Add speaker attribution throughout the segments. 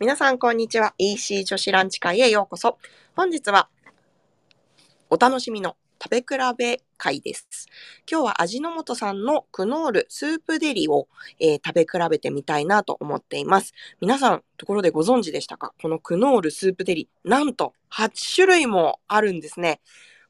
Speaker 1: 皆さんこんにちは EC 女子ランチ会へようこそ本日はお楽しみの食べ比べ会です今日は味の素さんのクノールスープデリを、えー食べ比べてみたいなと思っています皆さんところでご存知でしたかこのクノールスープデリなんと8種類もあるんですね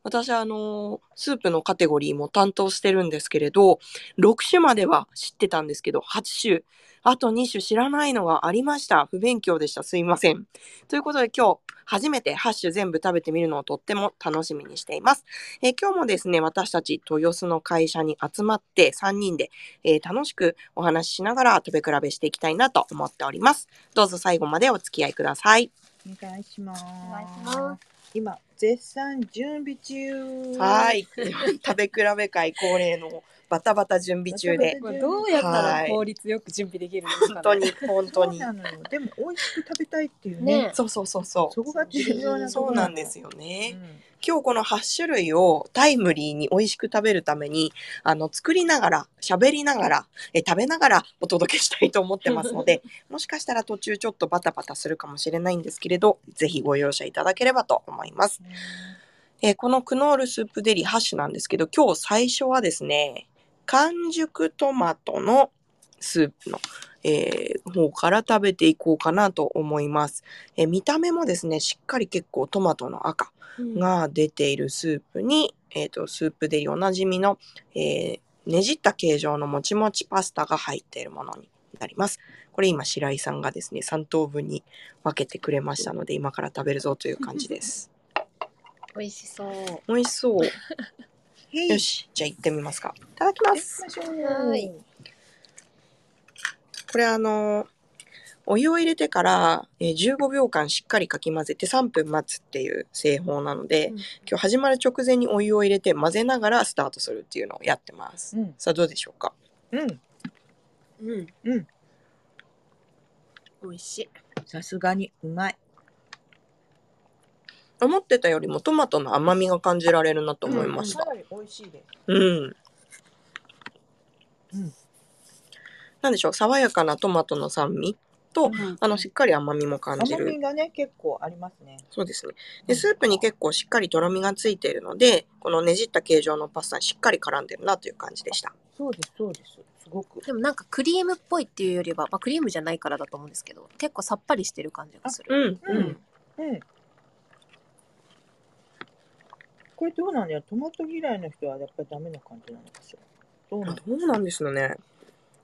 Speaker 1: 私あのースープのカテゴリーも担当してるんですけれど6種までは知ってたんですけど8種あと2種知らないのがありました。不勉強でした。すいません。ということで今日初めて8種全部食べてみるのをとっても楽しみにしています。えー今日もですね、私たち豊洲の会社に集まって3人で、えー楽しくお話ししながら食べ比べしていきたいなと思っております。どうぞ最後までお付き合いください。
Speaker 2: お願いします。
Speaker 3: お願いします
Speaker 2: 今絶賛準備中。
Speaker 1: は。い。食べ比べ会恒例のバタバタ準備中で。
Speaker 3: これどうやったら効率よく準備できるんですか、ね、
Speaker 1: 本当に、本当
Speaker 2: そう
Speaker 1: に。
Speaker 2: なのよ。でも美味しく食べたいっていうね。
Speaker 3: ね
Speaker 1: そうそうそうそう。
Speaker 2: そこが重要なと
Speaker 1: そ
Speaker 2: こ
Speaker 1: う
Speaker 2: ろ
Speaker 1: なんです
Speaker 2: よ。
Speaker 1: よ
Speaker 2: う
Speaker 1: ね。
Speaker 2: ん
Speaker 1: 今日この8種類をタイムリーに美味しく食べるためにあの作りながら喋りながらえ食べながらお届けしたいと思ってますのでもしかしたら途中ちょっとバタバタするかもしれないんですけれどぜひご容赦いただければと思います、えーこのクノールスープデリハッシュなんですけど今日最初はですね完熟トマトのスープの、えー方から食べていこうかなと思います、えー見た目もですねしっかり結構トマトの赤が出ているスープに、えー、とスープデリおなじみの、えーねじった形状のもちもちパスタが入っているものになります。これ今白井さんがですね3等分に分けてくれましたので今から食べるぞという感じです。
Speaker 3: 美味しそう
Speaker 1: 美味しそう。
Speaker 2: へい。
Speaker 1: よ
Speaker 2: よし。
Speaker 1: しじゃあ行ってみますか。いただきます。
Speaker 2: ましょ
Speaker 3: は
Speaker 2: う
Speaker 3: い。
Speaker 1: これあのお湯を入れてから、えー15秒間しっかりかき混ぜて3分待つっていう製法なので、
Speaker 3: うん
Speaker 1: 今日始まる直前にお湯を入れて混ぜながらスタートするっていうのをやってます。
Speaker 2: うん。
Speaker 1: さあどうでしょうか
Speaker 2: うん。
Speaker 3: うん
Speaker 2: うん。
Speaker 3: 美味しい
Speaker 2: さすがにうまい。
Speaker 1: 思ってたよりもトマトの甘みが感じられるなと思いました。
Speaker 2: かなり美味しいです。
Speaker 1: うん。
Speaker 2: うん
Speaker 1: なんでしょう、爽やかなトマトの酸味と、あの、しっかり甘みも感じ
Speaker 2: 甘み
Speaker 1: る。
Speaker 2: がね結構ありますね。
Speaker 1: そうですね。で、スープに結構しっかりとろみがついているので、このねじった形状のパスタにしっかり絡んでるなという感じでした。
Speaker 2: そうですそうです。すごく。
Speaker 3: でもなんかクリームっぽいっていうよりは、まあ、クリームじゃないからだと思うんですけど結構さっぱりしてる感じがする
Speaker 1: うん、
Speaker 2: うん
Speaker 1: うん。
Speaker 2: うん。これどうなんだよ。トマト嫌いの人はやっぱりダメな感じなのかしら。どうな
Speaker 1: あ
Speaker 2: の。
Speaker 1: どうなんですよね。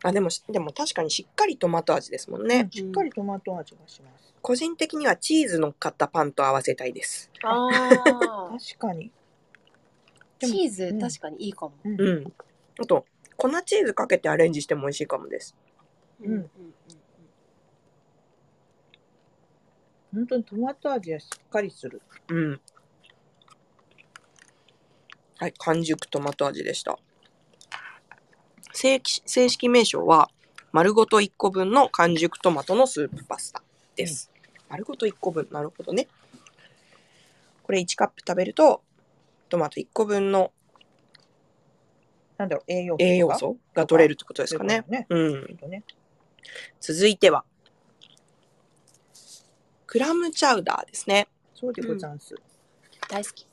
Speaker 1: あ、でもし、でも確かにしっかりトマト味ですもんね。
Speaker 2: うんしっかりトマト味がします。
Speaker 1: 個人的にはチーズのっかったパンと合わせたいです。
Speaker 3: あー
Speaker 2: 確かに。でも
Speaker 3: チーズ、
Speaker 2: うん
Speaker 3: 確かにいいかも、
Speaker 2: うん
Speaker 1: う。ん。あと、粉チーズかけてアレンジしても美味しいかもです。
Speaker 2: うん本当にトマト味はしっかりする。
Speaker 1: うん。はい、完熟トマト味でした。正規正式名称は、丸ごと1個分の完熟トマトのスープパスタです。丸ごと1個分、なるほどね。これ1カップ食べると、トマト1個分の
Speaker 2: なんだろう栄養素とか
Speaker 1: 栄養素が取れるってことで
Speaker 2: です
Speaker 1: かね。
Speaker 2: ね。
Speaker 1: うん
Speaker 2: きっ。とね。
Speaker 1: 続いては、クラムチャウダーですね。
Speaker 2: そうでござんす。
Speaker 3: 大好き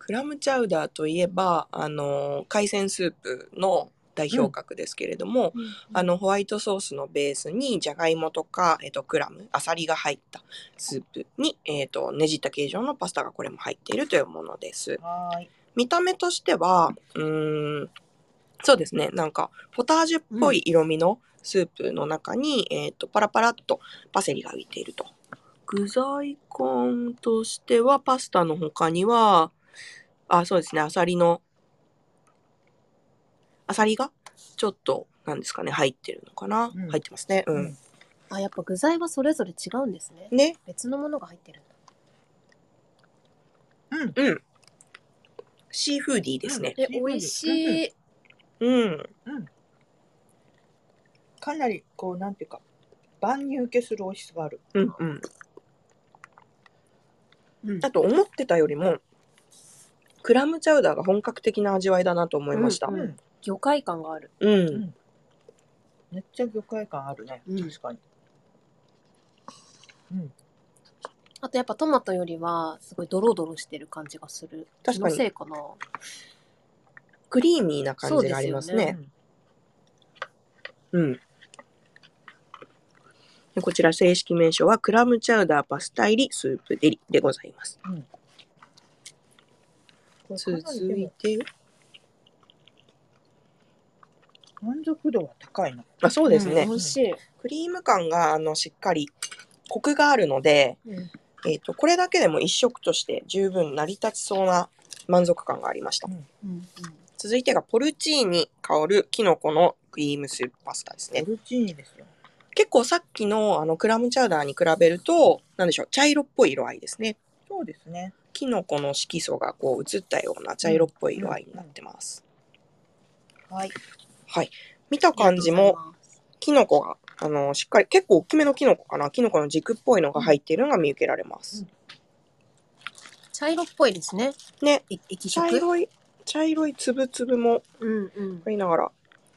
Speaker 1: クラムチャウダーといえば、あの、海鮮スープの代表格ですけれども、あの、ホワイトソースのベースに、じゃがいもとか、えっと、クラム、アサリが入ったスープに、えっと、ねじった形状のパスタがこれも入っているというものです。
Speaker 2: はーい。
Speaker 1: 見た目としては、うーん、そうですね、なんか、ポタージュっぽい色味のスープの中に、えっと、パラパラっとパセリが浮いていると。具材感としては、パスタの他には、あ、そうですね、アサリの、アサリがちょっと、なんですかね、入ってるのかな、
Speaker 2: うん
Speaker 1: 入ってますね。う
Speaker 2: うんん。
Speaker 3: あやっぱ具材はそれぞれ違うんですね
Speaker 1: ね。
Speaker 3: 別のものが入ってるんだ
Speaker 2: うん。
Speaker 1: うん。シーフーディーですね。
Speaker 3: え美味しい
Speaker 1: うん。
Speaker 2: かなりこうなんていうか万人受けする美味しさがある。
Speaker 1: うん、うん。
Speaker 3: うん
Speaker 1: あと、思ってたよりも、クラムチャウダーが本格的な味わいだなと思いました。
Speaker 3: う
Speaker 2: うんん。
Speaker 3: 魚介感がある
Speaker 1: うん。
Speaker 2: めっちゃ魚介感あるね。
Speaker 3: うん
Speaker 2: 確かに。うん。
Speaker 3: あとやっぱトマトよりはすごいドロドロしてる感じがする。
Speaker 1: 確かに
Speaker 3: 気のせいかな。
Speaker 1: クリーミーな感じがあります
Speaker 3: そう
Speaker 1: ね。うん。でこちら正式名称はクラムチャウダーパスタ入りスープデリでございます。
Speaker 2: これか
Speaker 1: 続
Speaker 2: なりで
Speaker 1: い
Speaker 2: も
Speaker 1: て、
Speaker 2: 満足度は高いな。
Speaker 1: まあ、そうですね、
Speaker 3: ん美味しい。
Speaker 1: クリーム感があのしっかりコクがあるので、
Speaker 3: うん
Speaker 1: えー、とこれだけでも一食として十分成り立ちそうな満足感がありました
Speaker 3: うん
Speaker 1: 続いてがポルチーニ香るキノコのクリームスープパスタですね
Speaker 2: ポルチーニですよ。
Speaker 1: 結構さっきのあのクラムチャウダーに比べるとなんでしょう茶色っぽい色合いですね
Speaker 2: そうですね。
Speaker 1: キノコの色素がこう映ったような茶色っぽい色合いになってます、
Speaker 3: はい。
Speaker 1: はい見た感じも
Speaker 3: ありがとうございます。
Speaker 1: キノコが、あの、しっかり、結構大きめのキノコかな。キノコの軸っぽいのが入っているのが見受けられます。
Speaker 3: 茶色っぽいですね。
Speaker 1: ね、
Speaker 3: え液色
Speaker 1: 茶。色い、茶色い粒々も
Speaker 3: うんうん。
Speaker 1: ありながら、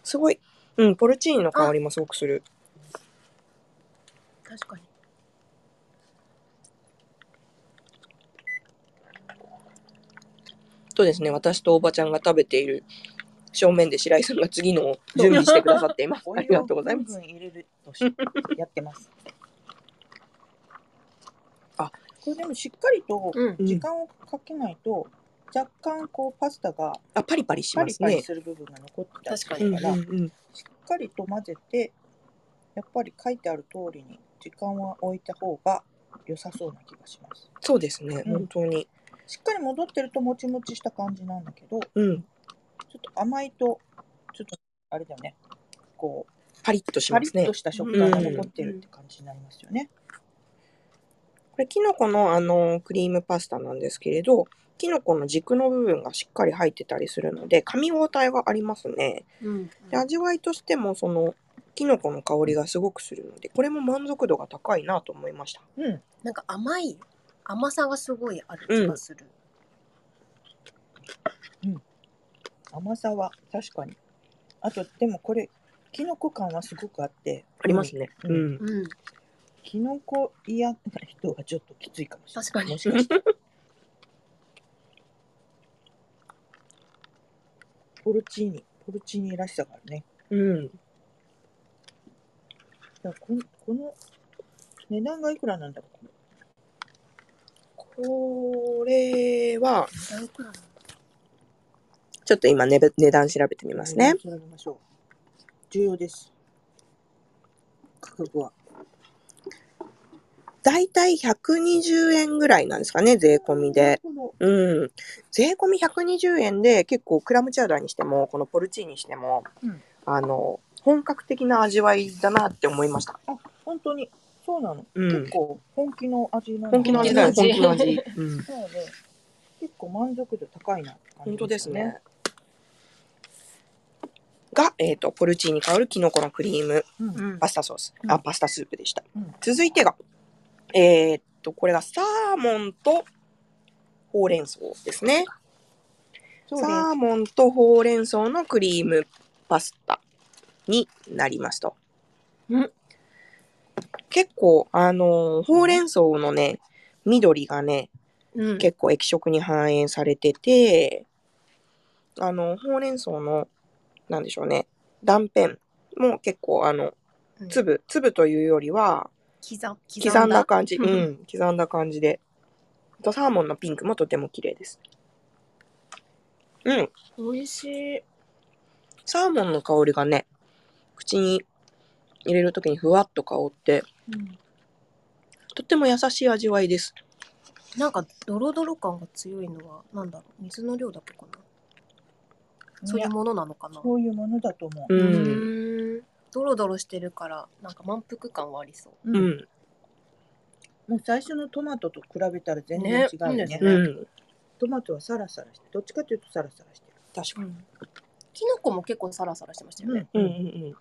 Speaker 1: すごい、うん、ポルチーニの香りもすごくする。
Speaker 3: 確かに。
Speaker 1: とですね、私とおばちゃんが食べている正面で白井さんが次のを準備してくださってい ます。ありがとうございま
Speaker 2: お
Speaker 1: す。
Speaker 2: 湯をぐんぐん入れると しやってます。
Speaker 1: あ、
Speaker 2: これでもしっかりと
Speaker 3: うん。
Speaker 1: うん
Speaker 2: 時間をかけないと、若干こうパスタが
Speaker 1: あ、パリパリし
Speaker 2: パ
Speaker 1: ま
Speaker 2: リ
Speaker 1: す
Speaker 2: パリ
Speaker 1: ね。
Speaker 2: する部分が残ってたりす
Speaker 3: 確
Speaker 1: うん
Speaker 2: るか
Speaker 3: パ
Speaker 1: う
Speaker 2: ら、
Speaker 1: んうん、
Speaker 2: しっかりと混ぜてやっぱり書いてある通りに時間は置いた方が良さそうな気がします
Speaker 1: そうですね、
Speaker 2: うん
Speaker 1: 本当に。
Speaker 2: しっかり戻ってるともちもちした感じなんだけどちょ
Speaker 1: うん、
Speaker 2: っと甘いとちょっとあれだよねこう
Speaker 1: パリッとし
Speaker 2: パ
Speaker 1: ま
Speaker 2: リ
Speaker 1: す
Speaker 2: ッ
Speaker 1: ね
Speaker 2: と。した食感が残ってるって感じになりますよね、
Speaker 1: これ、キノコのあの、クリームパスタなんですけれど、キノコの軸の部分がしっかり入ってたりするので、噛み応えがありますね。
Speaker 3: うん。
Speaker 1: で、味わいとしても、その、キノコの香りがすごくするので、これも満足度が高いなと思いました。
Speaker 2: うん
Speaker 3: なんか甘い甘さがすごいある気がする。
Speaker 2: 甘さは確かにあとでもこれきのこ感はすごくあって
Speaker 1: ありますね。う。
Speaker 2: うん
Speaker 3: うん。
Speaker 2: きのこ嫌な人はちょっときついかもしれない
Speaker 3: 確かに
Speaker 2: もしかしたら ポルチーニポルチーニらしさがあるね
Speaker 1: うん。
Speaker 2: いやこのこの値段がいくらなんだろう
Speaker 1: これは、
Speaker 3: なんか
Speaker 1: ちょっと今、ね、値段調べてみますね。
Speaker 2: 調べましょう重要です価格は
Speaker 1: だいたい120円ぐらいなんですかね、税込みで。
Speaker 2: この
Speaker 1: うん。税込み120円で結構クラムチャウダーにしても、このポルチーニにしても、
Speaker 2: うん
Speaker 1: あの、本格的な味わいだなって思いました。
Speaker 2: 本当にそうなの、
Speaker 1: うん
Speaker 2: 結構本気の味なの
Speaker 1: 本気の味だよ、
Speaker 3: 本
Speaker 1: 本
Speaker 3: 気
Speaker 1: 気
Speaker 3: の
Speaker 1: の
Speaker 3: 味
Speaker 1: 味。 うん、
Speaker 2: なので結構満足度高いなって感じ
Speaker 1: 本当ですね。が、えっ、と、ポルチーニ香るキノコのクリーム、
Speaker 2: うん
Speaker 3: うん
Speaker 1: パスタソース、
Speaker 2: うん
Speaker 1: あ、パスタスープでした。
Speaker 2: うん
Speaker 1: 続いてが、えっ、と、これがサーモンとほうれん草ですね。
Speaker 2: そうです
Speaker 1: サーモンとほうれん草のクリームパスタになりますと。
Speaker 3: うん
Speaker 1: 結構、あのーほうれん草のね、緑がね、
Speaker 3: うん。
Speaker 1: 結構液色に反映されてて、あの、ほうれん草の、なんでしょうね、断片も結構、あの、
Speaker 3: うん
Speaker 1: 粒、粒というよりは、
Speaker 3: 刻刻
Speaker 1: 刻んだ感じ、
Speaker 3: 刻
Speaker 1: うん
Speaker 3: だ
Speaker 1: ん、刻んだ感じで。あと、サーモンのピンクもとても綺麗です。うん、
Speaker 3: 美味しい。
Speaker 1: サーモンの香りがね、口に入れるときにふわっと香って、
Speaker 3: うん
Speaker 1: とっても優しい味わいです。
Speaker 3: なんかドロドロ感が強いのはなんだろう水の量だけかな。そういう
Speaker 2: ね
Speaker 3: ものなのかな。
Speaker 2: そういうものだと思う
Speaker 1: う、
Speaker 3: うんーんドロドロしてるからなんか満腹感はありそう。
Speaker 1: う
Speaker 2: うん
Speaker 1: ん、
Speaker 2: もう最初のトマトと比べたら全然
Speaker 3: ね
Speaker 2: 違うよね
Speaker 3: いいです
Speaker 1: う
Speaker 3: ね
Speaker 1: ん、
Speaker 2: トマトはサラサラしてどっちかというとサラサラして
Speaker 1: 確かに。
Speaker 3: きのこも結構サラサラしてましたよ
Speaker 2: る
Speaker 3: ね。
Speaker 1: うんうんうん。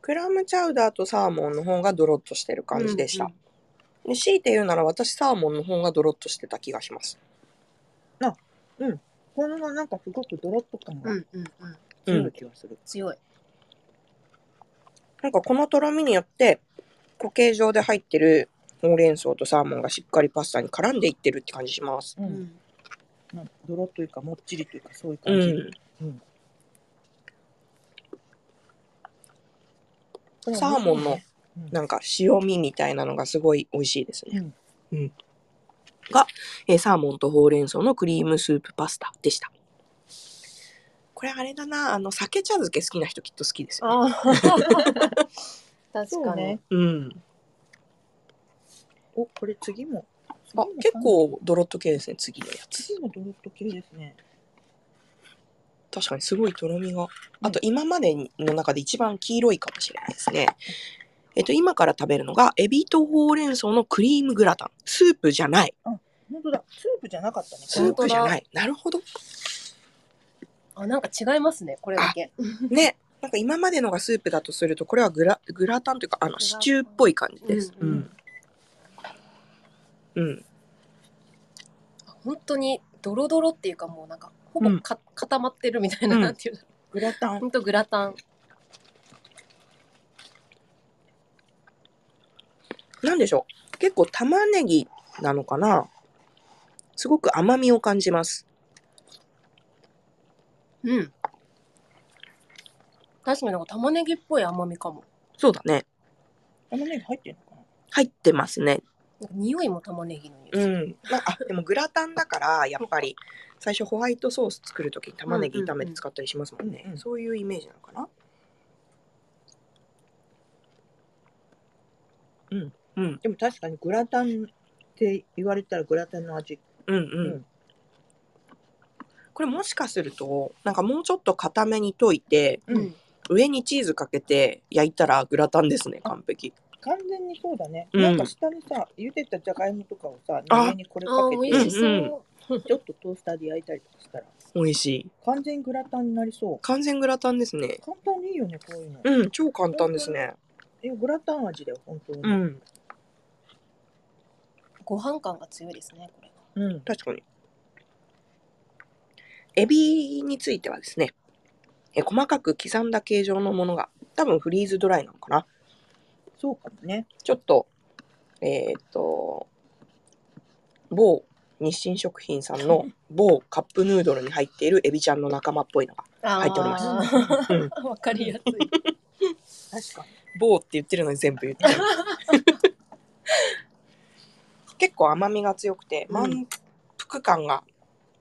Speaker 1: クラムチャウダーとサーモンの方がドロッとしてる感じでした。
Speaker 3: うんうん
Speaker 1: で強いて言うなら私サーモンの方がドロッとしてた気がします。
Speaker 2: このなんかすごくドロッと感
Speaker 3: う
Speaker 2: が
Speaker 3: んうんうん。
Speaker 2: 強い気がする、
Speaker 3: 強い。
Speaker 1: なんかこのとろみによって固形状で入ってるほうれん草とサーモンがしっかりパスタに絡んでいってるって感じします。
Speaker 2: う、
Speaker 3: うん ん
Speaker 2: なんドロッというかもっちりというかそういう
Speaker 1: う
Speaker 2: 感じ、
Speaker 1: ん。
Speaker 2: これは
Speaker 1: サーモンの
Speaker 2: うん
Speaker 1: なんか塩味みたいなのがすごい美味しいですね。
Speaker 2: うん
Speaker 1: えーサーモンとほうれん草のクリームスープパスタでした。これあれだな、あの、酒茶漬け好きな人きっと好きですよ、ね。
Speaker 3: あー
Speaker 2: そ
Speaker 3: 確
Speaker 2: う
Speaker 3: か
Speaker 2: ね
Speaker 3: に。
Speaker 1: うん。
Speaker 2: おこれ次も
Speaker 1: あ、結構ドロッと系ですね、次のやつ。
Speaker 2: 次もドロッと系ですね
Speaker 1: 確かにすごいとろみが。あと今までの中で一番黄色いかもしれないですね。えっと、今から食べるのが、エビとほうれん草のクリームグラタン。スープじゃない。
Speaker 2: 本当だスープじゃなかったね
Speaker 1: スープじゃ
Speaker 2: い
Speaker 1: ない。なるほど。
Speaker 3: あ、なんか違いますね、これだけ。
Speaker 1: ね。なんか今までのがスープだとすると、これはグラグラタンというか、あの、
Speaker 3: グラタ
Speaker 1: シ
Speaker 3: ン
Speaker 1: チューっぽい感じです。
Speaker 3: うんうん
Speaker 1: うん。うん。
Speaker 3: 本当にドロドロっていうかもうなんかほぼか、固まってるみたいな、
Speaker 1: うん
Speaker 3: なんていうの
Speaker 2: グラタン
Speaker 3: 本当グラタン
Speaker 1: なんでしょう。結構玉ねぎなのかなすごく甘みを感じます。
Speaker 3: うん確かになんか玉ねぎっぽい甘みかも
Speaker 1: そうだね。
Speaker 2: 玉ねぎ入ってるのかな
Speaker 1: 入ってますね。
Speaker 3: なんか匂いも玉ねぎの匂い、
Speaker 1: うん。まあ、あでもグラタンだから、やっぱり、最初ホワイトソース作るときに玉ねぎ炒めて使ったりしますもんね。
Speaker 2: うんうんうん
Speaker 1: そういうイメージなのかなうん。うん。
Speaker 2: でも確かにグラタンって言われたらグラタンの味
Speaker 1: うんう。
Speaker 2: うん
Speaker 1: これもしかすると、なんかもうちょっと固めに溶いて、
Speaker 2: うん
Speaker 3: うん
Speaker 1: 上にチーズかけて焼いたらグラタンですね、完璧。
Speaker 2: 完全にそうだね、
Speaker 1: うん
Speaker 2: なんか下にさ茹でたじゃがいもとかをさ
Speaker 1: あ
Speaker 2: 上にこれ
Speaker 3: あ
Speaker 2: か
Speaker 3: ー
Speaker 2: け
Speaker 3: 美味
Speaker 2: て
Speaker 3: しそう、
Speaker 1: うんうん
Speaker 2: ちょっとトースターで焼いたりとかしたら
Speaker 1: 美味しい。
Speaker 2: 完全にグラタンになりそう
Speaker 1: 完全グラタンですね。
Speaker 2: 簡単にいいよねこういうの、
Speaker 1: うん、超簡単ですね。
Speaker 2: いやグラタン味だよ本当に
Speaker 1: うん、
Speaker 3: ご飯感が強いですねこれ
Speaker 2: うん
Speaker 1: 確かに。エビについてはですね、え細かく刻んだ形状のものが、多分フリーズドライなのかな。
Speaker 2: そうかもね
Speaker 1: ちょっと、えーっ、と、某日清食品さんの某カップヌードルに入っているエビちゃんの仲間っぽいのが、
Speaker 3: あー
Speaker 1: 入っておりますうん
Speaker 3: わかりやすい
Speaker 2: 確か
Speaker 1: 某って言ってるのに全部言っちゃう。 結構甘みが強くて、
Speaker 2: うん
Speaker 1: 満腹感が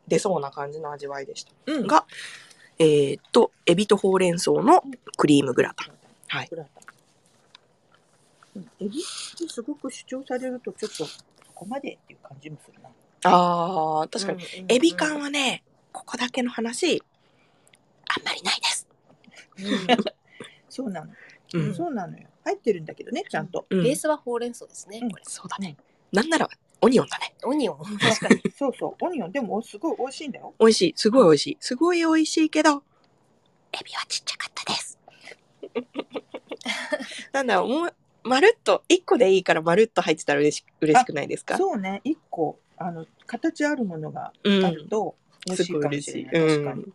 Speaker 1: 出そうな感じの味わいでした。
Speaker 2: にうん
Speaker 1: が、えーっと、エビとほうれん草のクリームグラタン。はい
Speaker 2: グラタンうんエビってすごく主張されるとちょっとここまでっていう感じもするな
Speaker 1: あー、確かに。
Speaker 2: に、うん
Speaker 1: エビ感はね、ここだけの話、あんまりないです。
Speaker 2: そうなの、
Speaker 1: うん
Speaker 2: そうなのよ入ってるんだけどねちゃんと、
Speaker 1: うん
Speaker 3: ベースはほうれん草ですね、
Speaker 2: うん
Speaker 3: これ
Speaker 1: そうだね。なんなら、オニオンだね。
Speaker 3: オニオン確かに
Speaker 2: そうそうオニオンでもすごい美味しいんだよ
Speaker 1: 美味しい。すごい美味しい。すごい美味しいけど、エビはちっちゃかったです。 なんだろう、もう、まるっと、一個でいいからまるっと入ってたら嬉し嬉しくないですか
Speaker 2: そうね一個あの形あるものが
Speaker 1: う
Speaker 2: あ
Speaker 1: ん
Speaker 2: る。と美味
Speaker 1: す
Speaker 2: しい
Speaker 1: ごい
Speaker 2: かも
Speaker 1: 嬉し
Speaker 2: しれ
Speaker 1: い。
Speaker 2: ない、確か
Speaker 1: う
Speaker 2: に
Speaker 1: ん。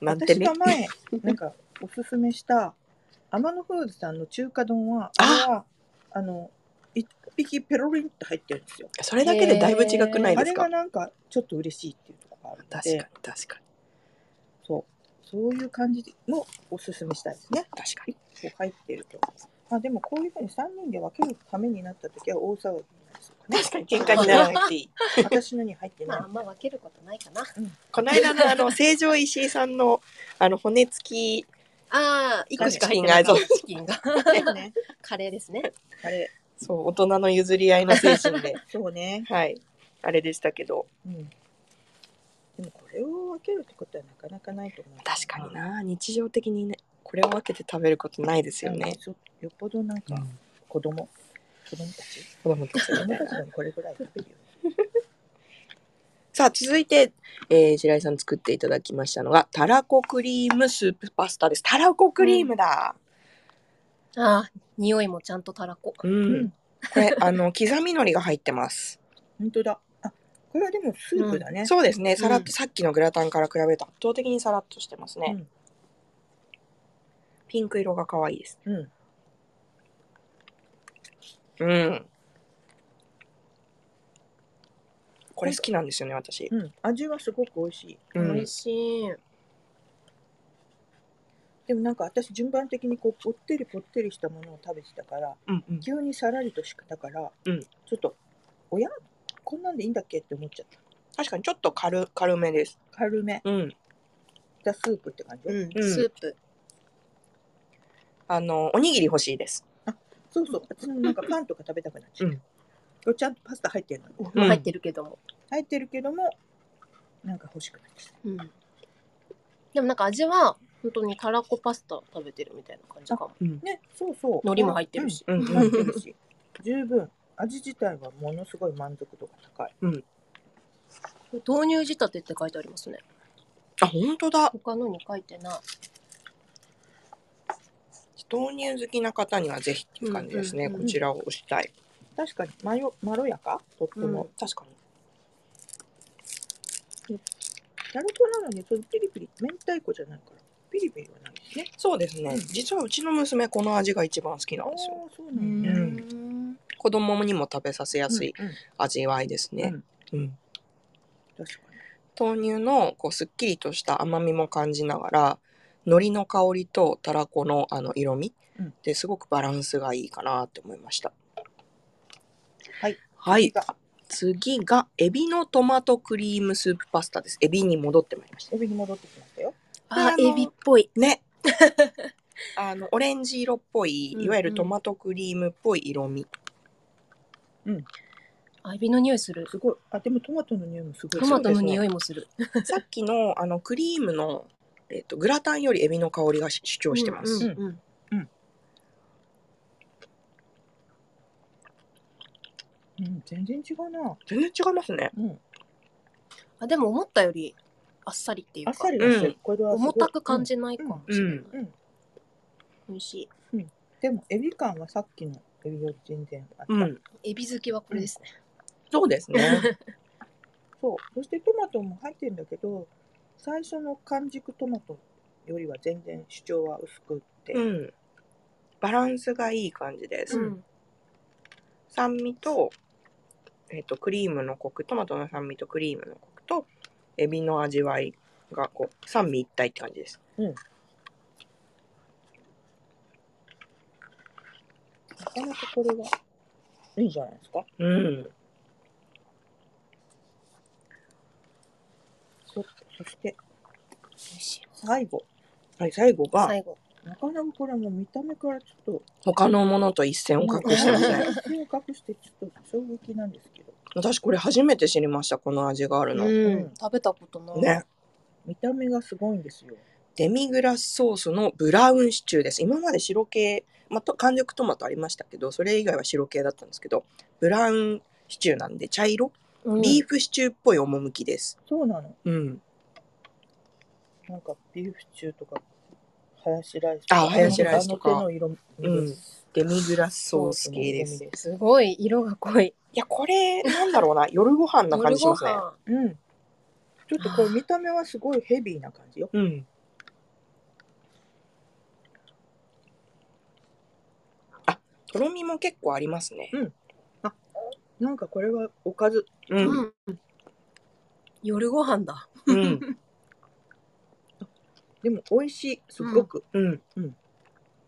Speaker 1: なんてね
Speaker 2: 私。が前なんかおすすめした天野フーズさんの中華丼は
Speaker 1: あ
Speaker 2: あれはあの一匹ペロリンって入ってるんですよ
Speaker 1: それだけでだいぶ違くない
Speaker 2: あ
Speaker 1: です
Speaker 2: れ
Speaker 1: か
Speaker 2: がなんかちょっと嬉しいっていうところがあるの
Speaker 1: 確かに
Speaker 2: で
Speaker 1: 確かに
Speaker 2: そうそういう感じもおすすめしたいですね
Speaker 1: 確かに
Speaker 2: こう入ってるとあでもこういうふうに3人で分けるためになった時は大騒ぎになりそうかね
Speaker 1: 確かに喧嘩にならなくていい
Speaker 2: 私のに入って
Speaker 3: まああ
Speaker 2: なん、
Speaker 3: ま分けることないかない
Speaker 2: うん、
Speaker 1: この間のあの成城石井さんのあの骨付き
Speaker 3: ああ一個しか入って
Speaker 1: チキンが
Speaker 3: チキンが
Speaker 2: だ よね
Speaker 3: カレーですね
Speaker 2: あれ
Speaker 1: そう大人の譲り合いの精神 で
Speaker 2: そうね、
Speaker 1: はいあれでしたけど
Speaker 2: うん、でもこれを分けるってことはなかなかないと思う
Speaker 1: 確かにな日常的にねこれを分けて食べることないですよね、
Speaker 2: そうよっぽどなんか子供、子供たち
Speaker 1: 子供たち
Speaker 2: 子
Speaker 1: の
Speaker 2: 供
Speaker 1: ね
Speaker 2: たちがこれぐらい食べるよ
Speaker 1: さあ続いて、えー、白井さん作っていただきましたのがたらこクリームスープパスタですたらこクリームだ、
Speaker 3: ああ匂いもちゃんとたらこ
Speaker 1: うん
Speaker 2: うん
Speaker 1: これあの 刻み海苔が入ってます
Speaker 2: 本当だあこれはでもスープだね、
Speaker 1: そうですねさらっと、
Speaker 3: うん
Speaker 1: さっきのグラタンから比べた圧倒的にさらっとしてますね、
Speaker 2: うん
Speaker 1: ピンク色が可愛いです
Speaker 2: うん
Speaker 1: うんこれ好きなんですよね、私。
Speaker 2: うん、味はすごく美味しい。
Speaker 1: うん
Speaker 3: 美味しい。
Speaker 2: でもなんか私順番的にこうぽってりぽってりしたものを食べてたから、
Speaker 1: うんうん
Speaker 2: 急にさらりとしかだから、
Speaker 1: うん
Speaker 2: ちょっと、おやこんなんでいいんだっけって思っちゃった。
Speaker 1: 確かにちょっと軽軽めです。
Speaker 2: 軽め。
Speaker 1: うん。
Speaker 2: ザスープって感じ、
Speaker 3: うん、
Speaker 1: うん
Speaker 3: スープ。
Speaker 1: あの、おにぎり欲しいです。
Speaker 2: そうそう。私もなんかパンとか食べたくなっちゃう。
Speaker 1: うん
Speaker 2: これちゃんとパスタ入ってるのに。
Speaker 1: うん
Speaker 3: 入ってるけども。
Speaker 2: 入ってるけども、なんか欲しくなっちゃっ
Speaker 3: うん。でもなんか味は、本当にたらこパスタ食べてるみたいな感じかも。
Speaker 2: た。ね、そうそう。
Speaker 3: 海苔も入ってるし
Speaker 2: う ん
Speaker 1: うん
Speaker 2: 入ってるし。十分。味自体はものすごい満足度が高い。
Speaker 3: 豆乳仕立てって書いてありますね。
Speaker 1: あ、本当だ。
Speaker 3: 他のに書いてない。
Speaker 1: 豆乳好きな方にはぜひっていう感じですね。
Speaker 3: うんうんうん
Speaker 1: こちらを押したい。
Speaker 2: 確かにまよ、まろやかとっても。
Speaker 3: う
Speaker 1: 確かに。
Speaker 2: タルコなのに、そのピリピリ、明太子じゃないから、ピリピリはないですね。
Speaker 1: そうですね。実はうちの娘、この味が一番好きなんですよ。
Speaker 2: あー、そう
Speaker 3: う
Speaker 2: なんだ。
Speaker 1: うん
Speaker 3: ん。
Speaker 1: 子供にも食べさせやすい
Speaker 2: うんうん
Speaker 1: 味わいですね。うん
Speaker 2: 確かに。
Speaker 1: 豆乳のこうすっきりとした甘みも感じながら海苔の香りとたらこのあの色味
Speaker 2: うん
Speaker 1: ですごくバランスがいいかなって思いました。
Speaker 2: はい、
Speaker 1: はい、
Speaker 2: が
Speaker 1: 次がエビのトマトクリームスープパスタです。エビに戻ってまいりまし
Speaker 2: エビに戻ってきましたよ。
Speaker 3: あ
Speaker 1: あ、の
Speaker 3: エビっぽい。
Speaker 1: た。ね。 あのオレンジ色っぽい
Speaker 3: うんうん
Speaker 1: いわゆるトマトクリームっぽい色 味。
Speaker 3: あエビの匂いする。
Speaker 2: すごい。あ、でもトマトの匂いもすごい。
Speaker 3: トマ
Speaker 1: そ
Speaker 3: トの
Speaker 1: うですね
Speaker 3: 匂いもする。
Speaker 1: さっきのあのクリームのえっ、とグラタンよりエビの香りがし主張してます。
Speaker 3: うんうんうん
Speaker 2: うん、全然違うな。
Speaker 1: 全然違いますね。
Speaker 2: うん。
Speaker 3: あでも思ったよりあっさりっていう
Speaker 2: あ
Speaker 3: か
Speaker 2: っさりです
Speaker 1: う
Speaker 2: よ
Speaker 1: ん。
Speaker 2: これはすごい
Speaker 3: 重たく感じないかもしれな
Speaker 2: うん。
Speaker 3: い、
Speaker 2: うん
Speaker 3: 美味しい
Speaker 2: でもエビ感はさっきのエビより全然あった。
Speaker 1: うん、
Speaker 3: エビ好きはこれですね、
Speaker 1: そうです ね。
Speaker 2: そう。そしてトマトも入ってるんだけど、最初の完熟トマトよりは全然主張は薄くって、
Speaker 1: うん、バランスがいい感じです。
Speaker 2: うん
Speaker 1: 酸味と,、えっとクリームのコクトマトの酸味とクリームのコクとエビの味わいがこう三味一体って感じです。
Speaker 2: なかなかこれはいいんじゃないですか。
Speaker 1: うん、
Speaker 2: そそして
Speaker 3: 美味しい
Speaker 2: 最後。はい、最後が、
Speaker 3: 最後
Speaker 2: なかなかこれはもう見た目からちょっと、
Speaker 1: 他のものと一線を画してますね。
Speaker 2: 手を隠してちょっと衝撃なんですけど、
Speaker 1: 私これ初めて知りましたこの味がある
Speaker 3: う
Speaker 1: の。
Speaker 3: ん、
Speaker 2: うん
Speaker 3: 食べたことない、
Speaker 1: ね、
Speaker 2: 見た目がすごいんですよ。
Speaker 1: デミグラスソースのブラウンシチューです。今まで白系、まあ、と完熟トマトありましたけど、それ以外は白系だったんですけど、ブラウンシチューなんで茶色、
Speaker 3: うん
Speaker 1: ビーフシチューっぽい趣です。
Speaker 2: そうなの。
Speaker 1: うん。
Speaker 2: なんかビーフシチューとか、ハヤシライス
Speaker 1: あハヤシライスとか
Speaker 2: あの手の色味です。
Speaker 1: デミグラスソース系です。い
Speaker 3: すごい色が濃い
Speaker 1: や、これ、なんだろうな、 夜ご飯な感じしますね。
Speaker 2: うん。ちょっとこれ見た目はすごいヘビーな感じよ。
Speaker 1: うん。あ、とろみも結構ありますね。
Speaker 2: なんかこれはおかず。
Speaker 1: う
Speaker 3: 夜
Speaker 1: ん。
Speaker 3: ご飯、うん、夜ご飯だ
Speaker 1: うん。
Speaker 2: でも美味しい。すっごく。
Speaker 1: うん。
Speaker 2: うん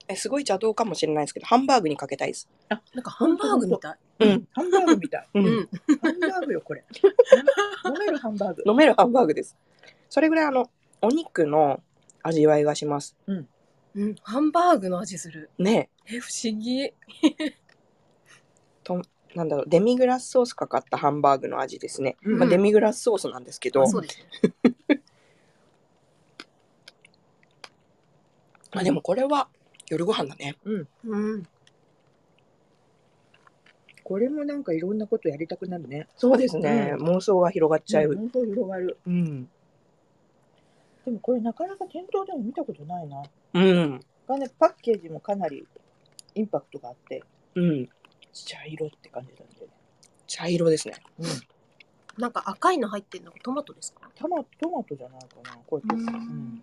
Speaker 1: えすごい邪道かもしれないですけど、ハンバーグにかけたいです。
Speaker 3: なんかハンバーグみたい
Speaker 1: うん。
Speaker 2: ハンバーグみたい。
Speaker 1: う。
Speaker 3: うんん、
Speaker 2: ハンバーグよ、これ。飲めるハンバーグ。
Speaker 1: 飲めるハンバーグです。それぐらいあの、お肉の味わいがします。
Speaker 3: うん、ハンバーグの味する
Speaker 1: ね
Speaker 3: え不思議
Speaker 1: えなんだろう、デミグラスソースかかったハンバーグの味ですね。
Speaker 2: うん
Speaker 1: まあ、デミグラスソースなんですけど、
Speaker 3: あそうですね
Speaker 1: まあ、でもこれは夜ご飯だね。
Speaker 3: うん
Speaker 2: これもなんかいろんなことやりたくなるね。
Speaker 1: そうですね。妄想が広がっちゃ
Speaker 2: うん
Speaker 1: う。
Speaker 2: 本当広がる。
Speaker 1: うん。
Speaker 2: でもこれなかなか店頭でも見たことないな。
Speaker 1: うん。
Speaker 2: がね、パッケージもかなりインパクトがあって、
Speaker 1: うん。
Speaker 2: 茶色って感じなんでね。
Speaker 1: 茶色ですね。
Speaker 2: うん。
Speaker 3: なんか赤いの入ってるのがトマトですか
Speaker 2: トマトマトじゃないかな、これ。
Speaker 3: うん
Speaker 2: うん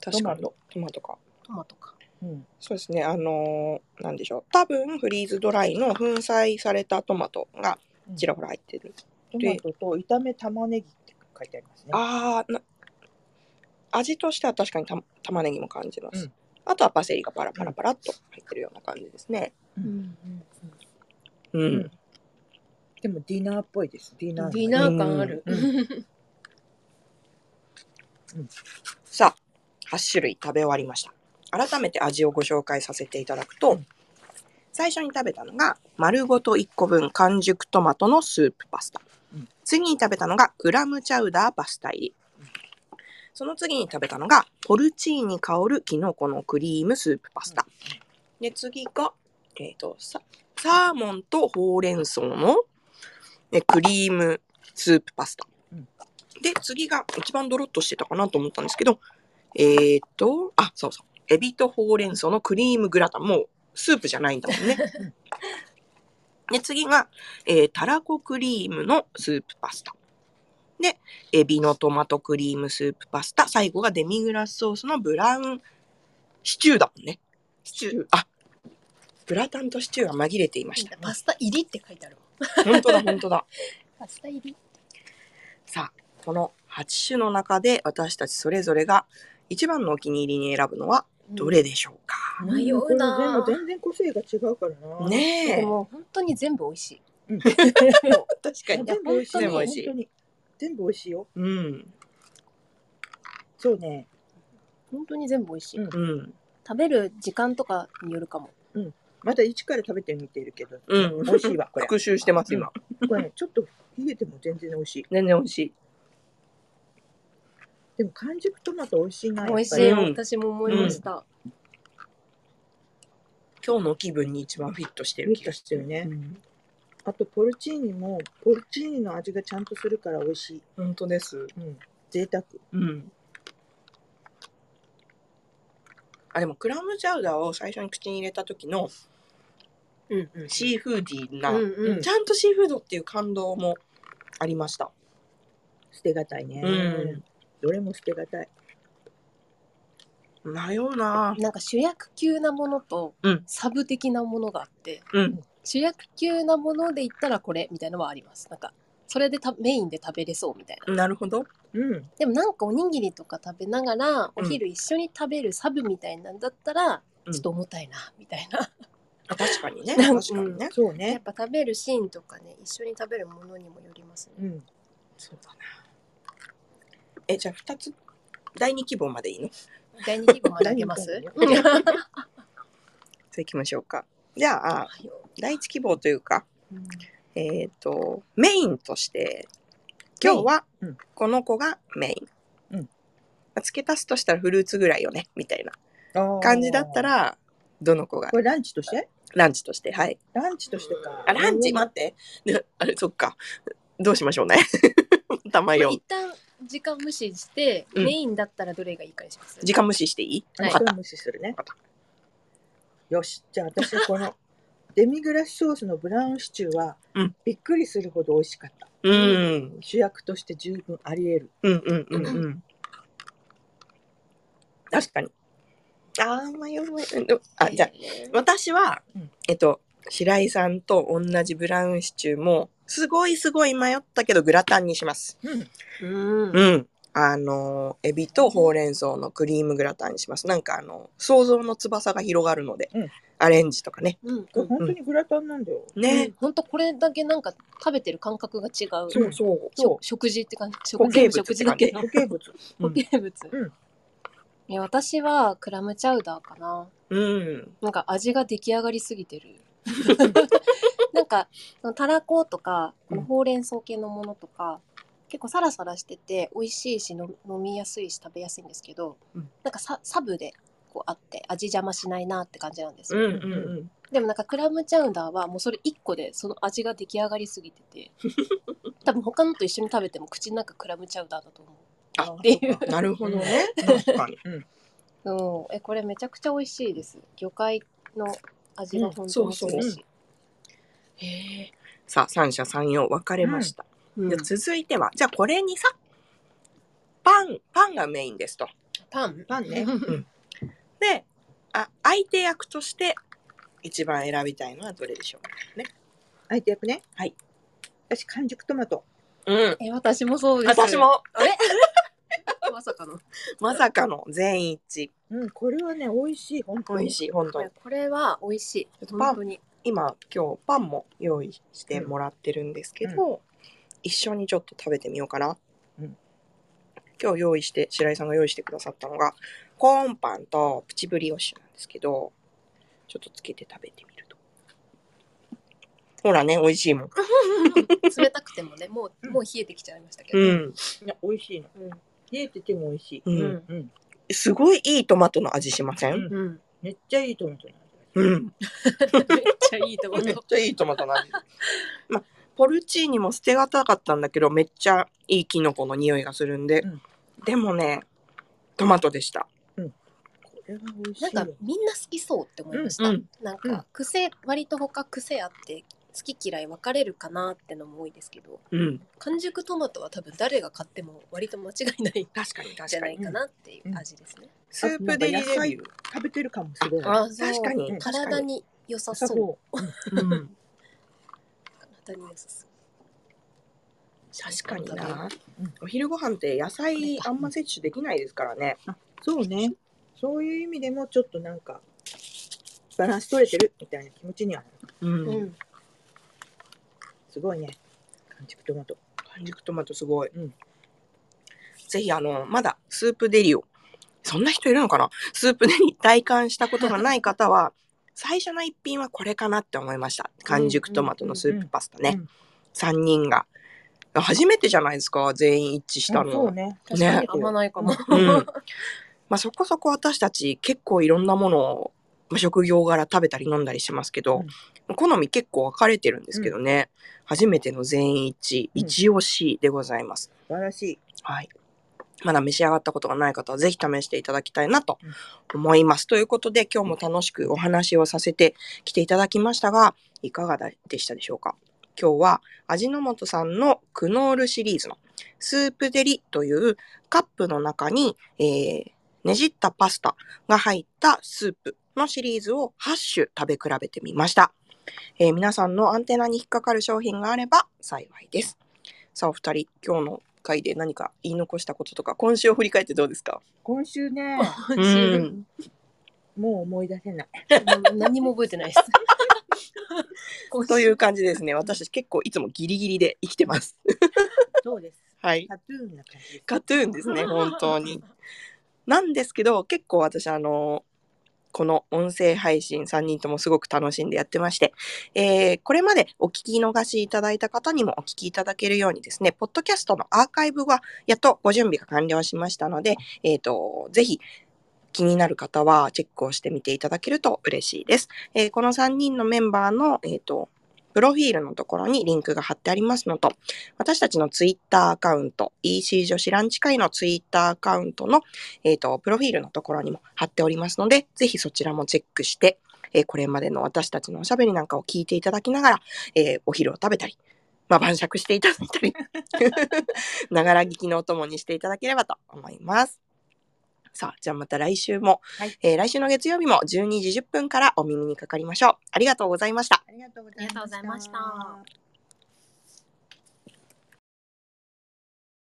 Speaker 1: 確かに。
Speaker 2: ト
Speaker 1: トマトか。
Speaker 3: トマトか
Speaker 2: うん
Speaker 1: そうですね。あのーなんでしょう。多分、フリーズドライの粉砕されたトマトがちらほら入ってる
Speaker 2: トマトと炒め玉ねぎって書いてありますね。
Speaker 1: あーな味としては確かにた玉ねぎも感じます、
Speaker 2: うん
Speaker 1: あとはパセリがパラパラパラっと入ってるような感じですね
Speaker 2: うん
Speaker 1: うん、
Speaker 2: うんでもディナーっぽいです。ディナーの
Speaker 3: ディナー感ある。
Speaker 2: う
Speaker 1: さあ8種類食べ終わりました改めて味をご紹介させていただくと、
Speaker 2: うん
Speaker 1: 最初に食べたのが丸ごと1個分完熟トマトのスープパスタ、
Speaker 2: うん
Speaker 1: 次に食べたのがクラムチャウダーパスタ入り、
Speaker 2: うん
Speaker 1: その次に食べたのがポルチーニ香るキノコのクリームスープパスタ、で次が、えー、とササーモンとほうれん草の、ね、クリームスープパスタ、
Speaker 2: うん
Speaker 1: で次が一番ドロッとしてたかなと思ったんですけどえっ、ー、とあそうそうエビとほうれん草のクリームグラタンもうスープじゃないんだもん ねで次が、えー、たらこクリームのスープパスタでエビのトマトクリームスープパスタ最後がデミグラスソースのブラウンシチューだもんねシチューあグラタンとシチューが紛れていました
Speaker 3: パスタ入りって書いてあるもん。
Speaker 1: 本当だ本当だ
Speaker 3: パスタ入り。
Speaker 1: さあこの8種の中で私たちそれぞれが一番のお気に入りに選ぶのはどれでしょうか、
Speaker 2: ん
Speaker 3: 迷うなぁ
Speaker 2: うんこれでも全然個性が違うからな。
Speaker 1: ね
Speaker 3: で
Speaker 1: え
Speaker 3: も本当に全部美味しい。
Speaker 2: うん。
Speaker 1: 確か
Speaker 2: 全部美味しい。
Speaker 1: でも
Speaker 2: 全部
Speaker 1: 美
Speaker 2: 美
Speaker 1: 味
Speaker 2: 味
Speaker 1: し
Speaker 2: し
Speaker 1: い
Speaker 2: い。本当に全部美味しいよ。
Speaker 1: うん
Speaker 2: そうね。
Speaker 3: 本当に全部美味しい。
Speaker 2: うん
Speaker 1: うん
Speaker 3: 食べる時間とかによるかも。
Speaker 2: また一から食べてみてるけど、
Speaker 1: うん
Speaker 2: 美味しいわこ れ。
Speaker 1: 復習してます今、
Speaker 2: こ れね、ちょっと冷えても全然美味しい。
Speaker 1: 全然美味しい
Speaker 2: でも完熟トマト美味しいな。やっ
Speaker 3: 美
Speaker 2: ぱり
Speaker 3: 味しい。
Speaker 1: うん
Speaker 3: 私も思いました。
Speaker 1: 今日の気分に一番フィットして
Speaker 2: ミ
Speaker 1: る気
Speaker 2: ッ
Speaker 1: がし
Speaker 2: トしてる
Speaker 1: て
Speaker 2: ね
Speaker 1: る、。うん、
Speaker 2: あとポルチーニもポルチーニの味がちゃんとするから美味しい。
Speaker 1: 本当です
Speaker 2: うん。贅沢。
Speaker 1: うんあでもクラムチャウダーを最初に口に入れた時の
Speaker 3: うんうん。
Speaker 1: シーフーディーな、
Speaker 3: うんうん。
Speaker 1: ちゃんとシーフードっていう感動もありました
Speaker 2: 捨てがたいね。
Speaker 1: うん
Speaker 2: どれも捨てがたい。
Speaker 1: 迷うなぁ
Speaker 3: なんか主役級なものと
Speaker 1: うん
Speaker 3: サブ的なものがあって、
Speaker 1: うん
Speaker 3: 主役級なもので言ったらこれみたいなのはありますなんかそれでたメインで食べれそうみたいな
Speaker 1: なるほど
Speaker 2: うん。
Speaker 3: でもなんかおにぎりとか食べながらお昼一緒に食べるサブみたいなんだったら、
Speaker 1: うん
Speaker 3: ちょっと重たいなみたいな、
Speaker 1: あ確かにね
Speaker 3: なん
Speaker 1: 確かにね、
Speaker 2: そう
Speaker 3: やっ
Speaker 2: ね。
Speaker 3: ぱ食べるシーンとかね一緒に食べるものにもよります
Speaker 2: う
Speaker 3: ね、
Speaker 2: ん。
Speaker 1: そうだなえじゃあ二つ第二希望までいいの
Speaker 3: 第二気分まであげます
Speaker 2: 第二希望
Speaker 1: それ行きましょうかじゃあ第一希望というか
Speaker 3: うん
Speaker 1: えっ、とメインとして今日は
Speaker 2: メインうん
Speaker 1: この子がメイン、
Speaker 2: うん
Speaker 1: まあ付け足すとしたらフルーツぐらいよねみたいな
Speaker 2: あー
Speaker 1: 感じだった。らどの子が
Speaker 2: これランチとして
Speaker 1: ランチとしてはい
Speaker 2: ランチとしてか。
Speaker 1: あランチ
Speaker 2: ま
Speaker 1: 待ってであれそっかどうしましょうね また迷
Speaker 3: まあ
Speaker 1: う
Speaker 3: 一旦時間無視して、
Speaker 1: うん
Speaker 3: メインだったらどれがいいかにします
Speaker 1: 時間無視していい、
Speaker 3: はい
Speaker 1: 分か
Speaker 2: こ
Speaker 1: っ
Speaker 2: れ
Speaker 1: た
Speaker 2: 無視するね
Speaker 1: わかっ。
Speaker 2: よし。じゃあ私 このデミグラスソースのブラウンシチューは
Speaker 1: うん
Speaker 2: びっくりするほど美味しかった。
Speaker 1: うん
Speaker 2: 主役として十分あり得る。
Speaker 1: うんうんうんうん。確かに。ああ、迷う迷う。でもあ、じゃあ、私は、
Speaker 2: うん
Speaker 1: えっと、白井さんと同じブラウンシチューも、すごいすごい迷ったけど、グラタンにします。
Speaker 2: うん。
Speaker 3: うん
Speaker 1: うん。あのー、エビとほうれん草のクリームグラタンにします。なんか、あの、想像の翼が広がるので、
Speaker 2: うん
Speaker 1: アレンジとかね。
Speaker 3: うん
Speaker 2: これ本当にグラタンなんだよ。
Speaker 1: ね。
Speaker 3: 本当これだけなんか食べてる感覚が違
Speaker 2: そう
Speaker 3: う。
Speaker 1: そう
Speaker 3: しょ食事って感じ。
Speaker 1: 固
Speaker 3: 食
Speaker 1: 形
Speaker 3: 事
Speaker 1: 物
Speaker 3: 食
Speaker 1: って
Speaker 3: 事
Speaker 1: 感
Speaker 3: だ
Speaker 1: じ
Speaker 3: けど
Speaker 2: 固。形物。
Speaker 1: うん
Speaker 3: 固形物。
Speaker 2: うん
Speaker 3: いや私はクラムチャウダーかな。
Speaker 1: うん。
Speaker 3: なんか味が出来上がりすぎ てる。なんかそのたらことかこのほうれん草系のものとか、結構サラサラしてて美味しいしの飲みやすいし食べやすいんですけど、
Speaker 1: うん
Speaker 3: なんかササブでこうあって味邪魔しないなって感じなんです
Speaker 1: う
Speaker 3: よ。
Speaker 1: んうんうん。
Speaker 3: でもなんかクラムチャウダーはもうそれ1個でその味が出来上がりすぎて て多分他のと一緒に食べても口の中クラムチャウダーだと思う
Speaker 1: あ
Speaker 3: っていう
Speaker 1: なるほどね。確かに。
Speaker 3: そうえこれめちゃくちゃ美味しいです魚介の味が本当にする
Speaker 1: うんそう
Speaker 3: し、へ
Speaker 1: さあ、三者三様分かれました。
Speaker 3: え、うん
Speaker 1: で続いては、じゃあこれにさ、パン、パンがメインですと。
Speaker 3: パン
Speaker 2: パンね。
Speaker 1: で、あ相手役として一番選びたいのはどれでしょうかね。
Speaker 2: 相手役ね。
Speaker 1: はい。
Speaker 2: 私完熟トマト。
Speaker 1: うん。
Speaker 3: え、私もそうです。
Speaker 1: 私。も、
Speaker 3: まさかの。
Speaker 1: まさかの全員一致。
Speaker 2: うん、これはね、美味しい、本当
Speaker 1: 美
Speaker 2: に
Speaker 1: 味。しい、本当に。
Speaker 3: これは美味しい。
Speaker 1: パン
Speaker 3: 本当に。
Speaker 1: 今、今日パンも用意してもらってるんですけど、一緒にちょっと食べてみようかな。
Speaker 2: うん
Speaker 1: 今日用意して、白井さんが用意してくださったのが、コーンパンとプチブリオッシュなんですけど、ちょっとつけて食べてみると。ほらね、美味しいもん。
Speaker 3: 冷たくてもね、もう、もう冷えてきちゃいましたけど。
Speaker 1: うん。
Speaker 2: いや、美味しいの。
Speaker 3: うん。
Speaker 2: 冷えてても美味しい。
Speaker 1: うん
Speaker 2: うん。
Speaker 1: すごいいいトマトの味しません、
Speaker 3: うん。
Speaker 2: めっちゃいいトマトの味
Speaker 1: うん、
Speaker 3: めっちゃいいとこ
Speaker 1: めっ
Speaker 3: ろ。
Speaker 1: ちゃいいトマトの味。まあ、ポルチーニも捨てがたかったんだけど、めっちゃいいキノコの匂いがするんで、
Speaker 2: うん
Speaker 1: でもね、トマトでした。
Speaker 2: これは美味し
Speaker 3: ないんか
Speaker 2: よ。
Speaker 3: みんな好きそうって思いました。
Speaker 1: うん
Speaker 3: なん
Speaker 2: うん
Speaker 3: か癖、割と他癖あって好き嫌い分かれるかなってのも多いですけど、
Speaker 1: うん、
Speaker 3: 完熟トマトは多分誰が買っても割と間違いないん
Speaker 1: 確かに
Speaker 3: じ
Speaker 1: 確
Speaker 3: ゃ
Speaker 1: か
Speaker 3: な
Speaker 1: に
Speaker 3: い。かなっていう味ですね。
Speaker 1: スープデリ
Speaker 2: あなんか野
Speaker 1: デビュ
Speaker 2: 菜
Speaker 1: ー。
Speaker 2: 食べてるかもしれない。
Speaker 3: あそう
Speaker 1: 確かに、
Speaker 2: うん
Speaker 1: 確か
Speaker 3: 体
Speaker 1: に。
Speaker 3: に良さ
Speaker 2: 朝
Speaker 3: そう。
Speaker 2: ごはん
Speaker 1: うん、
Speaker 3: 体に良さそう。
Speaker 1: 確かにな
Speaker 2: うん。
Speaker 1: お昼ご飯って野菜あんま摂取できないですからね。
Speaker 2: そうね。そういう意味でも、ちょっとなんか、バランス取れてるみたいな気持ちには
Speaker 1: う。
Speaker 2: なる。
Speaker 3: うんん。
Speaker 2: すごいね。完熟トマト。
Speaker 1: 完熟トマトすごい。
Speaker 2: うん
Speaker 1: ぜひ、あの、まだスープデリを、そんな人いるのかなスープデリ体感したことがない方は、 最初の一品はこれかなって思いました。完熟トマトのスープパスタ
Speaker 2: うん
Speaker 1: ね
Speaker 2: うん。
Speaker 1: 3人が。初めてじゃないですか、全員一致した
Speaker 2: うんそう
Speaker 1: の。
Speaker 2: ね。
Speaker 3: 確か
Speaker 1: ね
Speaker 3: にあんまないかも。
Speaker 1: うん。まあそこそこ私たち結構いろんなものを、まあ職業柄食べたり飲んだりしてますけど、好み結構分かれてるんですけどね。初めての全員一致、
Speaker 2: うん
Speaker 1: 一押しでございます。
Speaker 2: 素晴らしい。
Speaker 1: はい。まだ召し上がったことがない方はぜひ試していただきたいなと思います。ということで今日も楽しくお話をさせてきていただきましたが、いかがでしたでしょうか今日は味の素さんのクノールシリーズのスープデリというカップの中に、えーねじったパスタが入ったスープのシリーズを8種食べ比べてみました。えー皆さんのアンテナに引っかかる商品があれば幸いです。さあ、お二人、今日の回で何か言い残したこととか、今週を振り返ってどうですか
Speaker 2: 今週ね、
Speaker 3: 今週
Speaker 2: もう思い出せない。
Speaker 3: もう何も覚えてない です。
Speaker 1: という感じですね。私たち結構いつもギリギリで生きてます。
Speaker 2: そうです。
Speaker 1: はい。
Speaker 2: タトゥーンな感じです。
Speaker 1: カトゥーンですね、本当に。なんですけど、結構私、あの、この音声配信3人ともすごく楽しんでやってまして、えーこれまでお聞き逃しいただいた方にもお聞きいただけるようにですね、ポッドキャストのアーカイブがやっとご準備が完了しましたので、えっ、と、ぜひ気になる方はチェックをしてみていただけると嬉しいです。えーこの3人のメンバーの、えっ、と、プロフィールのところにリンクが貼ってありますのと、私たちのツイッターアカウント、EC 女子ランチ会のツイッターアカウントの、えっ、と、プロフィールのところにも貼っておりますので、ぜひそちらもチェックして、えーこれまでの私たちのおしゃべりなんかを聞いていただきながら、えーお昼を食べたり、まあ、晩酌していただいたり、 ながら聞きのお供にしていただければと思います。さあ、じゃあまた来週も、
Speaker 2: はい
Speaker 1: えー来週の月曜日も12時10分からお耳にかかりましょう。ありがとうございました。
Speaker 2: ありがとうご
Speaker 3: ありがとうございました